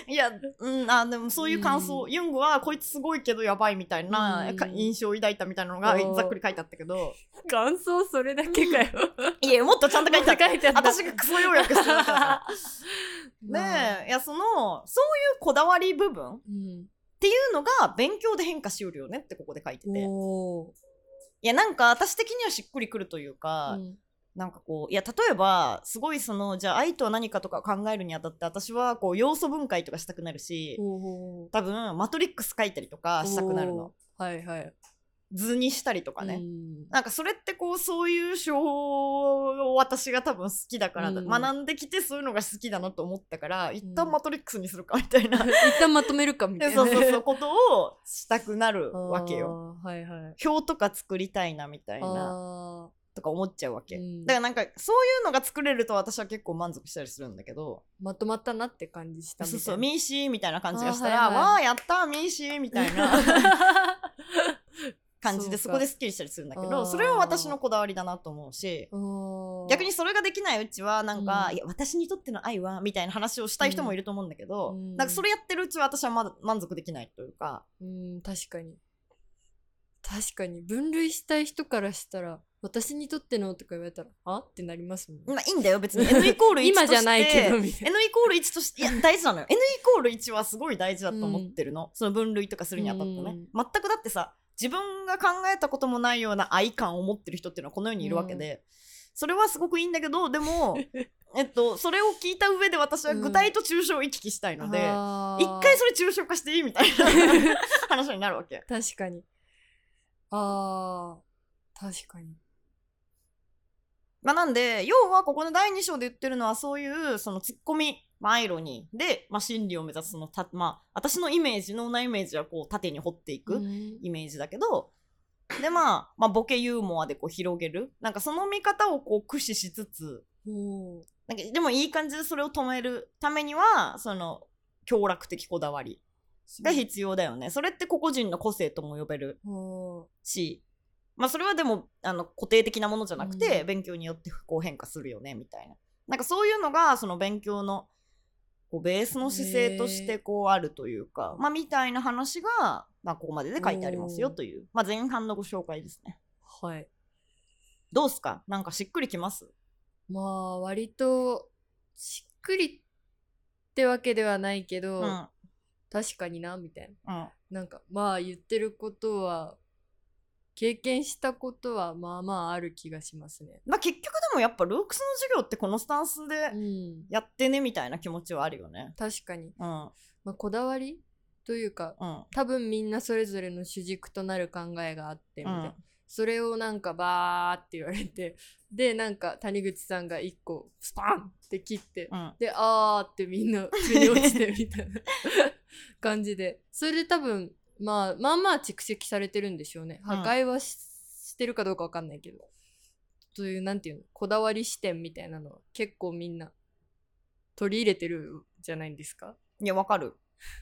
いや、うん、あでもそういう感想、
う
ユングはこいつすごいけどやばいみたいな、
うん
か印象を抱いたみたいなのが
おー
ざっくり書いてあったけど
感想それだけかよ
いやもっとちゃんと書いてあった
書いてあった
私がクソ要約してたから ねえ、いやそのそういうこだわり部分
うん
っていうのが勉強で変化しうるよねってここで書いててい
お
やなんか私的にはしっくりくるというか、
ーうん
なんかこういや例えばすごいそのじゃあ愛とは何かとか考えるにあたって私はこう要素分解とかしたくなるし
おー
多分マトリックス書いたりとかしたくなるの
おーはいはい
図にしたりとかね、
うん
なんかそれってこうそういう手法を私が多分好きだからだ、
うん
学んできてそういうのが好きだなと思ったから一
う
旦
ん
マトリックスにするかみたい な、
一旦まとめるかみたいな
そうそうそうことをしたくなるわけよ。
あーはいはい
表とか作りたいなみたいな
あ
とか思っちゃうわけ、
うん
だからなんかそういうのが作れると私は結構満足したりするんだけど
ーまとまったなって感じしたみたい
そうそ
な
うミーシーみたいな感じがしたら、
あーはいはい
わあやったーミーシーみたい な感じで
そ
そう
か
こでスッキリしたりするんだけ
あ
ど
ー
それは私のこだわりだなと思うし
おー
逆にそれができないうちはなんか、
うん
いや私にとっての愛はみたいな話をしたい人もいると思うんだけど、
うん
なんかそれやってるうちは私はまだ満足できないというか、
うん確かに確かに分類したい人からしたら私にとってのとか言われたらあってなりますもん
ま
ね
あいいんだよ別 に N イコール1として
今じゃないけどみたい
N イコール1としていや大事なのよ N イコール1はすごい大事だと思ってるの、その分類とかするにあたってね、
うん
全くだってさ自分が考えたこともないような愛感を持ってる人っていうのはこの世にいるわけで、それはすごくいいんだけどで もえっとそれを聞いた上で私は具体と抽象を行き来したい
な
ので、
あー
一回それ抽象化していいみたいな 話になるわけ。
確かにあー確かに
まあ、なんで要はここの第2章で言ってるのはそういうそのツッコミ、まあ、アイロニーで、まあ、真理を目指すそのた、まあ、私のイメージ脳内イメージはこう縦に掘っていく
うん
イメージだけど、で、まあ、まあボケユーモアでこう広げるなんかその見方をこう駆使しつつ
おー
なんかでもいい感じでそれを止めるためにはその強楽的こだわりが必要だよねそれって個々人の個性とも呼べる
おー
し、まあ、それはでもあの固定的なものじゃなくて、
うん
勉強によってこう変化するよねみたいななんかそういうのがその勉強のこうベースの姿勢としてこうあるというか、まあ、みたいな話が、まあ、ここまでで書いてありますよ
おー
という、まあ、前半のご紹介ですね
はい
どうすかなんかしっくりきます
まあ割としっくりってわけではないけ
う
ど、
んうん
確かになみたいな
うん
なんかまあ言ってることは経験したことはまあまあある気がしますね。
まあ、結局でもやっぱルークスの授業ってこのスタンスで
うん、
やってねみたいな気持ちはあるよね
確かに、
うんうん
まあ、こだわりというか多分みんなそれぞれの主軸となる考えがあってみたいな、
うん
それをなんかバーって言われて でなんか谷口さんが一個スパンって切って、
うん
であーってみんな腑に落ちてるみ たいな感じでそれで多分、まあ、まあまあ蓄積されてるんでしょうね
ん
破壊はし,、てるかどうかわかんないけどそういうなんていうのこだわり視点みたいなのは結構みんな取り入れてるじゃないですか。
いや、わかる。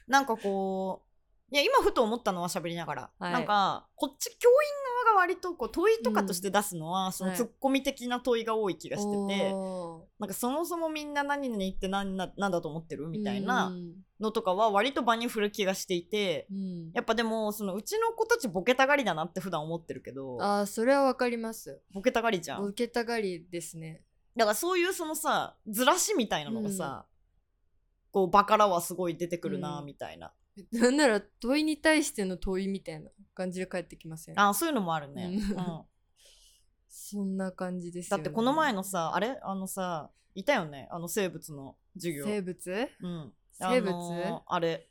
なんかこう、いや、今ふと思ったのは喋りながら、
はい
なんか、こっち教員側が割とこう問いとかとして出すのは、その
はい
ツッコミ的な問いが多い気がしてて、
お
なんかそもそもみんな何々って何ななんだと思ってる
ー
みたいうなんのとかは割と場に振る気がしていて、
うん
やっぱでも、そのうちの子たちボケたがりだなって普段思ってるけど、
ああそれはわかります。
ボケたがりじゃん。
受けたがりですね。
だからそういうそのさ、ずらしみたいなのがさ、こう場からはすごい出てくるな
うん
みたいな、
なんなら問いに対しての問いみたいな感じで返ってきません
あそういうのもあるね、
うん
うん
そんな感じです
だ
よ、
っ
ね、
てこの前のさあれあのさいたよねあの生物の授業
生物
うん、
生物
あのーあれ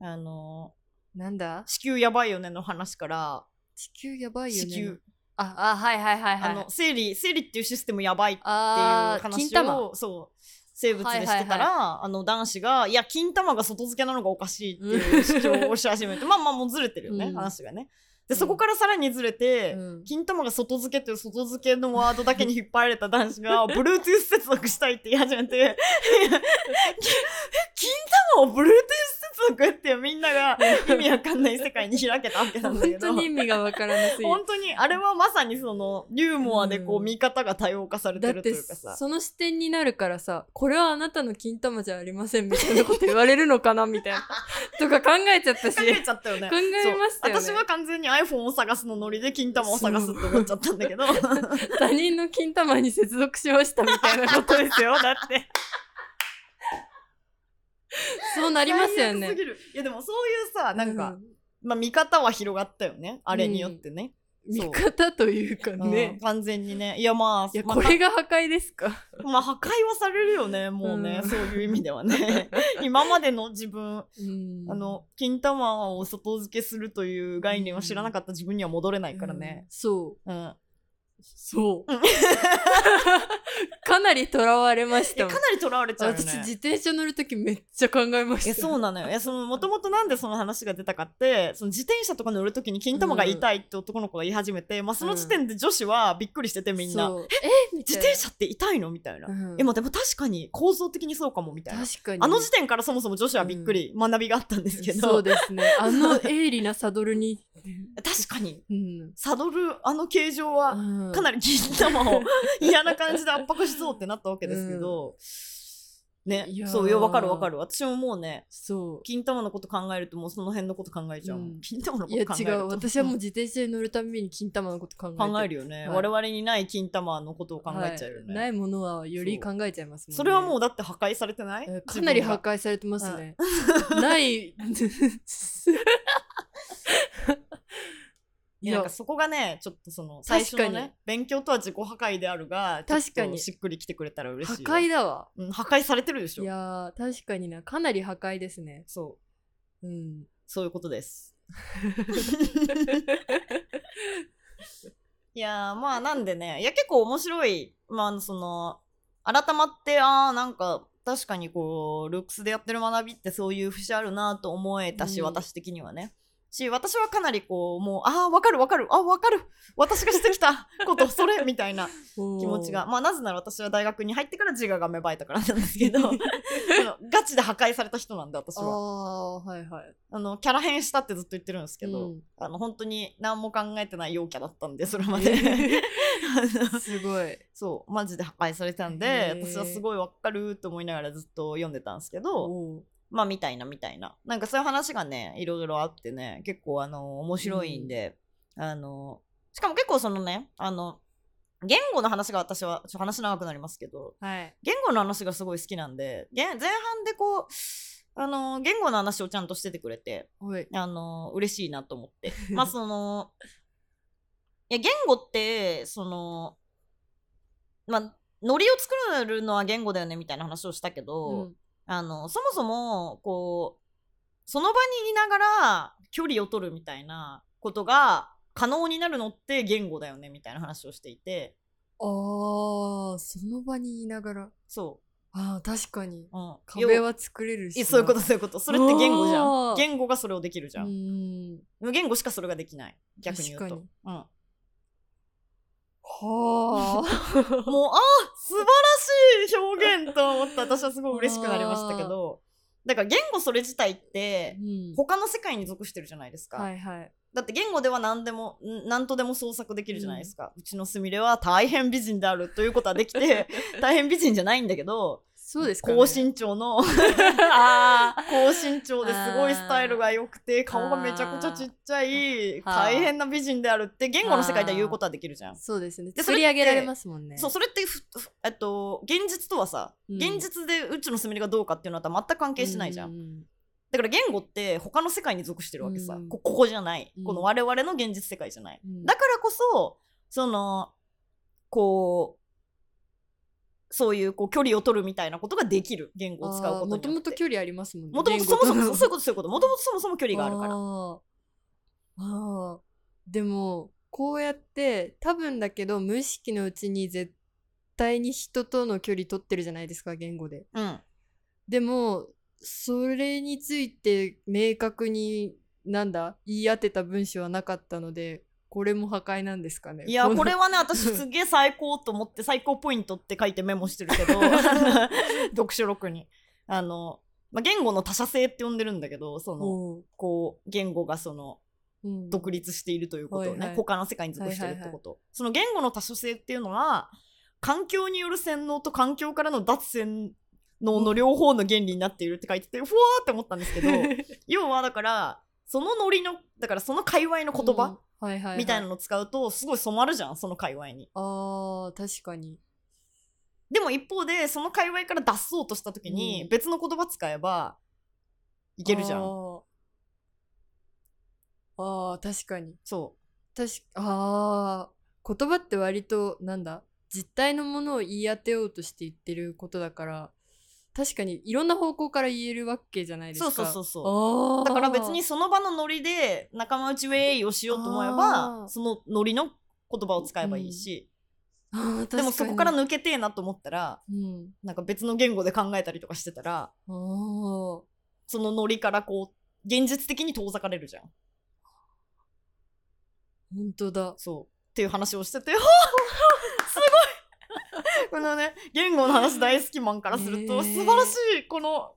あの
なんだ
ー地球やばいよねの話から
地球やばいよ
地
ね
球、
ああはいはいはいはい
あの生理生理っていうシステムやばいっていう
あー金
話
玉
をそう生物でしてた
はいは
ら、あの男子がいや金玉が外付けなのがおかしいっていう主張をし始 めてまあまあもうずれてるよね、
うん
話がね
う
で
ん
そこからさらにずれて、
うん
金玉が外付けという外付けのワードだけに引っ張られた男子 が Bluetooth 接続したいって言い始めていやき金玉を Bluetooth 接続ってみんな が意味わかんない世界に開けたわけなんだけ
本
ど
当に意味がわからなすぎ
本当にあれはまさにそのユーモアでこ
う
うん見方が多様化され
だ
てる
っ
と
て
いうかさ、
その視点になるからさこれはあなたの金玉じゃありませんみたいなこと言われるのかなみたいなとか考えちゃったし
考えちゃったよね
考えましたよね
そう私は完全に iPhone を探すのノリで金玉を探すって思っちゃったんだけ ど
他人の金玉に接続しましたみたいな ことですよだってそうなりますよ
最悪
ね
すぎるいやでもそういうさなんか、
うん
まあ、見方は広がったよねあれによってね、そ
見
う
方というか
うん
ね、
完全にねいやまあ
いや
まあ
これが破壊ですか
まあ破壊はされるよねもうね、
うん
そういう意味ではね 今までの自分あの金玉を外付けするという概念を知らなかった自分には戻れないから
う
ね
ん。そう
うん、
そう
うん
かなり囚われまし
い
た
や
もん
かなりとらわれちゃうよね
私自転車乗る時めっちゃ考えま
い
した
やそうなのよいやそのもともとなんでその話が出たかってその自転車とか乗るときに金玉が痛いって男の子が言い始めて、まあ、その時点で女子はびっくりしててみんな、
そうえみた
自
いな
転車って痛いのみたいな、
うん
えまあでも確かに構造的にそうかもみたいな
確かに
あの時点からそもそも女子はびっくり学びがあったんですけど、
そうですねあの鋭利なサドルに、
確かに
うん
サドルあの形状は
うん
かなり銀玉を嫌な感じで圧迫しそうってなったわけですけど、ね
いやー
そうよわかるわかる私ももうね
そう
金玉のこと考えるともうその辺のこと考えちゃう、
うん
金玉のこ
いや
と考え
違
ると
う私はもう
う
自転車に乗るために金玉のこと考
ん
えてる
考えるよね、
はい
我々にない金玉のことを考えちゃうよ
は
ね、
いないものはより考えちゃいますもんね
それはもうだって破壊されてない
えかなり破
自分が
壊されてますねない い
いやなん
や
かそこがねちょっとその最初の
確かに
ね勉強とは自己破壊であるが
確
ちょ
かに
っとしっくりきてくれたら嬉
破
しいよ
壊だわ
うん、破壊されてるでし
い
ょ
やー確かになかなり破壊ですね
そう
うん
そういうこと です。いやーまあなんでねいや結構面白いまあその改まってあーなんか確かにこうルックスでやってる学びってそういう節あるなと思えたし、
うん
私的にはね。し私はかなりこうもうああわかるわかるあわかる私がしてきたことそれみたいな気
気
持ちがまあなぜなら私は大学に入ってから自我が芽生えたからなんですけ どあのガチで破壊された人なんで私
あ
は
あーはいはい
あのキャラ変したってずっと言ってるんですけど、
うん
あの本当に何も考えてない陽キャだったんでそれまであの
すご い
そうマジで破壊されたんで
へー
私はすごいわかると思いながらずっと読んでたんですけど
おー
まあみたいなみたいななんかそういう話がねいろいろあってね結構あの面白いんで、あのしかも結構そのねあの言語の話が私はちょっと話長くなりますけど
はい
言語の話がすごい好きなんでげ前半でこうあの言語の話をちゃんとしててくれて
おい
あの嬉しいなと思 って。まあそのいや言語ってそのまあノリを作るのは言語だよねみたいな話をしたけど、
うん
あのそもそもこうその場にいながら距離を取るみたいなことが可能になるのって言語だよねみたいな話をしていて
ああその場にいながら
そ
ああ確かに
う、うん、
壁
要
は作れるし
い
な
そういうことそういうことそれって言語じゃ
お
ん
ー
言語がそれをできるじゃ、
うんん
無言語しかそれができない逆に言うと、
確
うん、
は
もう
あ
あ素晴らしい表現と思った私はすごい嬉しくなりましたけどだから言語それ自体って
うん
他の世界に属してるじゃないですか、
はいはい
だって言語では何でもん何とでも創作できるじゃないで すか、うちのすみれは大変美人であるということはできて大変美人じゃないんだけど
そうですか、ね、
高身長の
あー
高身長ですごいスタイルが良くて顔がめちゃくちゃちっちゃい
あー
大変な美人であるって言語の世界では言うことはできるじゃん。
そうですね
で
釣り上げられますもんね
そうそれってふふえっと現実とはさ、
うん
現実で宇宙のすみれがどうかっていうのは全く関係してないじゃん、
う
だから言語って他の世界に属してるわけさ、
うん
こここじゃない、
うん
この我々の現実世界じゃない、
うん
だからこそそのこうそういうこう距離を取るみたいなことができる言語を使うこと
も
に
と
よ
も
って
と距離ありますもんね
もともとそもそもそう そういう
う
ことそういうこともともとそもそも距離があるから
あーでもこうやって多分だけど無意識のうちに絶対に人との距離取ってるじゃないですか言語で
うん
でもそれについて明確になんだ言い当てた文章はなかったのでこれも破壊なんですかね
いや
の
これは ね私すげえ最高と思って最高ポイントって書いてメモしてるけ ど 読書録にあの、まあ、言語の他者性って呼んでるんだけどその
おう
こう言語がその
うん
独立しているということをね、
はいはい
他の世界に属してるってこと、その言語の多種性っていうのは環境による洗脳と環境からの脱洗脳の両方の原理になっているって書いててふわーって思ったんですけど要はだからそのノリのだからその界隈の言葉、
うんはいはいは
みたいなのを使うとすごい染まるじゃんその界隈に。
あー確かに
でも一方でその界隈から脱そうとした時に
うん
別の言葉使えばいけるじゃ
あ
ん。
ーあー確かに
そ
確かあー言葉って割となんだ実体のものを言い当てようとして言ってることだから確かにいろんな方向から言えるわけじゃないうですか
そうそうそうそう。
あー
だから別にその場のノリで仲間内ウェイをしようと思え
あー
ばそのノリの言葉を使えばいいし、
あー
でも
確
そ
か
こ
に
から抜けてえなと思ったら
うん
なんか別の言語で考えたりとかしてたら
あ
そのノリからこう現実的に遠ざかれるじゃん
ー本当だ
そうっていう話をしてて すごいこのね言語の話大好きマンからすると、
ねえ
素晴らしいこの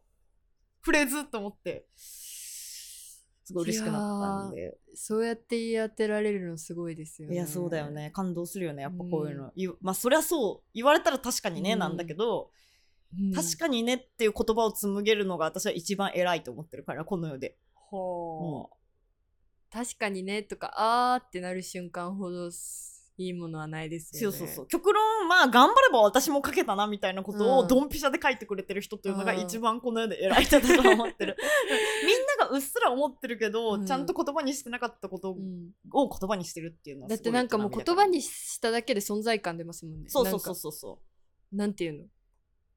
フレーズと思ってすごい嬉しくなったんで
そうやって言い当てられるのすごいですよね
いやそうだよね感動するよねやっぱこういうの、いまあそりゃそう言われたら確かにね、
うん
なんだけど、
うん
確かにねっていう言葉を紡げるのが私は一番偉いと思ってるからこの世で、
ほ
も
う確かにねとかあーってなる瞬間ほどすいいものはないで
う
す
そ
よ
う
ね
そうそう極論まあ頑張れば私も書けたなみたいなこと
う
を
ん
ドンピシャで書いてくれてる人っていうのが
うん
一番この世で偉いと私は思 ってるみんながうっすら思ってるけど、
うん
ちゃんと言葉にしてなかったことを
うん
言葉にしてるっていうのは
だっ
すご
て
い
なんかもう
営みだ
言葉にしただけで存在感出ますもんね
そうそうそう
なんか
そうそ
なんていうの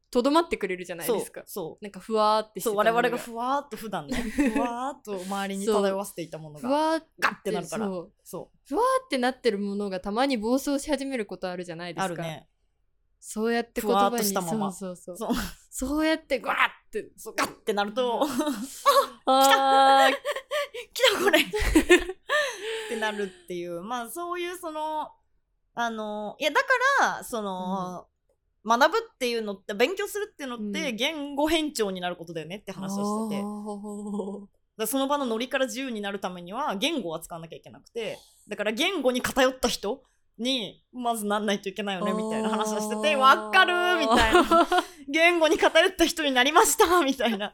とどまってくれるじゃ
う
ない
そう
ですか
そう
なんかふわーってして
そう
たも
我
の
々がふわーっと普 段ねふわーっと周りに漂わせていたもの
ふ
が
わーって
ガッてなるから
そう
そ
ふわーってなってるものがたまに暴走し始めることあるじゃないうですか
あるね
そうやって言
ふわー
葉
っ
に
としたまま
そうそうそう
そう
そうやってぐわーって
そうガッてなると
あー
来たこれってなるっていうまあそういうそのあのいやだからその、学ぶっていうのって勉強するっていうのっ
う
て
ん
言語変調になることだよねって話をしてて、
あ
だか
ー
らその場のノリから自由になるためには言語は使わなきゃいけなくてだから言語に偏った人にまずなんないといけないよねみたいな話をしてて
あー
わかるみたいな言語に偏った人になりましたみたいな。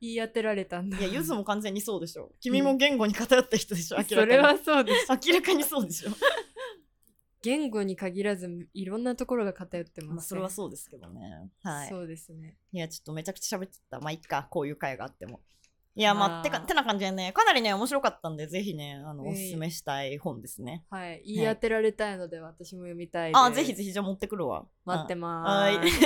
言い当てられたんだ
いや、 ゆずも完全にそうでしょ。君も言語に偏った人でしょ、明
それ
らか
は
に。
そうです
明らかにそうでしょ。
言語に限らずいろんなところが偏ってます、
ま
ね
あ、それはそうですけどね。はい。
そうですね
いや、ちょっとめちゃくちゃ喋ってた。まあ、いっか、こういう会があっても。いや、ま
あ
あ、
ー
てか、てな感じでね、かなりね、面白かったんで、ぜひね、あの、
えい
おすすめしたい本ですね。
はい言い当てられたいので私も読みたいです
あ、ぜひぜひ、じゃあ持ってくるわ。
待って
ま
ま
は
ー
い。
す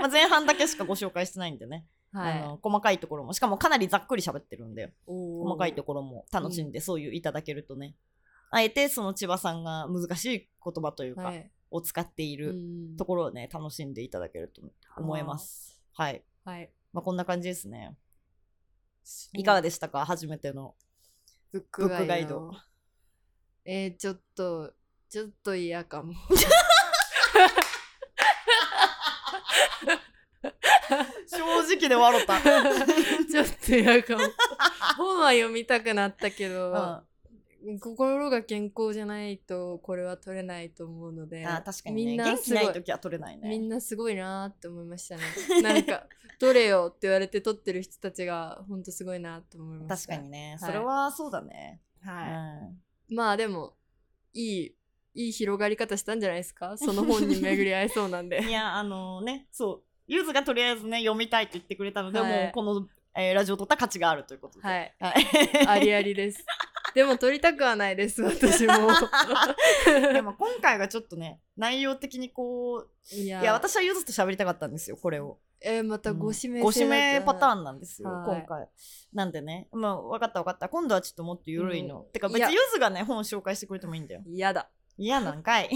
まあ、前半だけしかご紹介してないんでね、
はい、
あの細かいところもしかもかなりざっくり喋ってるんで細
細
かいところも楽しんで、そういういただけるとねあえてその千葉さんが難しい言葉というか、
はい
を使っていうる
ん
ところをね、楽しんでいただけると思います。はい。
はい
まあ、こんな感じですね。いかが
で
でしたか初めての。
ブッ
ブックガイド
のえー、ちょっとちょっと嫌かも
正直で笑 った。
ちょっと嫌かも本は読みたくなったけど、
うん
心が健康じゃないとこれは取れないと思うので
あー確かに、ね、
みんな
元気
す
な
ご
いい時は取れないね
みんなすごいなーって思いましたね なんか取れよって言われて取ってる人たちがほんとすごいなと思いまし
確
た
かにね、
はい
それはそうだね、
はい、
うん
まあでもいいいい広がり方したんじゃないで すかその本に巡り合えそうなんで
いや、あのね、そう、ゆずがとりあえずね、読みたいって言ってくれたので、
はい
もうこの、えーラジオを撮った価値があるということで。
はいあ
はい。
りありですでも取りたくはないです私も
でも今回がちょっとね、内容的にこ、
いうや
いや、私はゆずと喋りたかったんですよ、これを。
えーまたご指名
ご指名パター
ン
ンなんですよ、
はい
今回。なんでね、まあ、分かった分かった。今度はちょっともっと緩いの。
うん
てか、
い
別
や
にゆずがね、本紹介してくれてもいいんだよ。
嫌だ
嫌なんか い。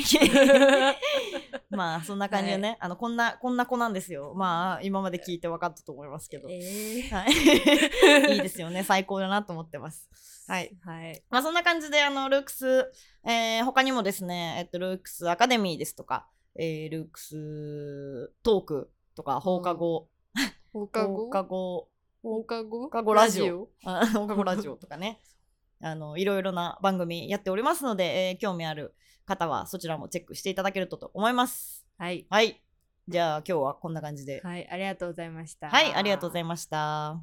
まあ、そんな感じでね、あの、こんな、こんな子なんですよ。まあ、今まで聞いて分かったと思いますけど。
え ー
はい、いいですよね最高だなと思ってます。はい、
はい
まあ、そんな感じであのルークス、えー他にもですね、えっと、ルークスアカデミーですとか、えールークストークとか放課後、
放課後
放課後
放課後
課後ラジオあ放課後ラジオとかね あのいろいろな番組やっておりますので、えー興味ある方はそちらもチェックしていただけるとと思います。
はい
はいじゃあ今日はこんな感じで。
はいありがとうございました
はい、ありがとうございました。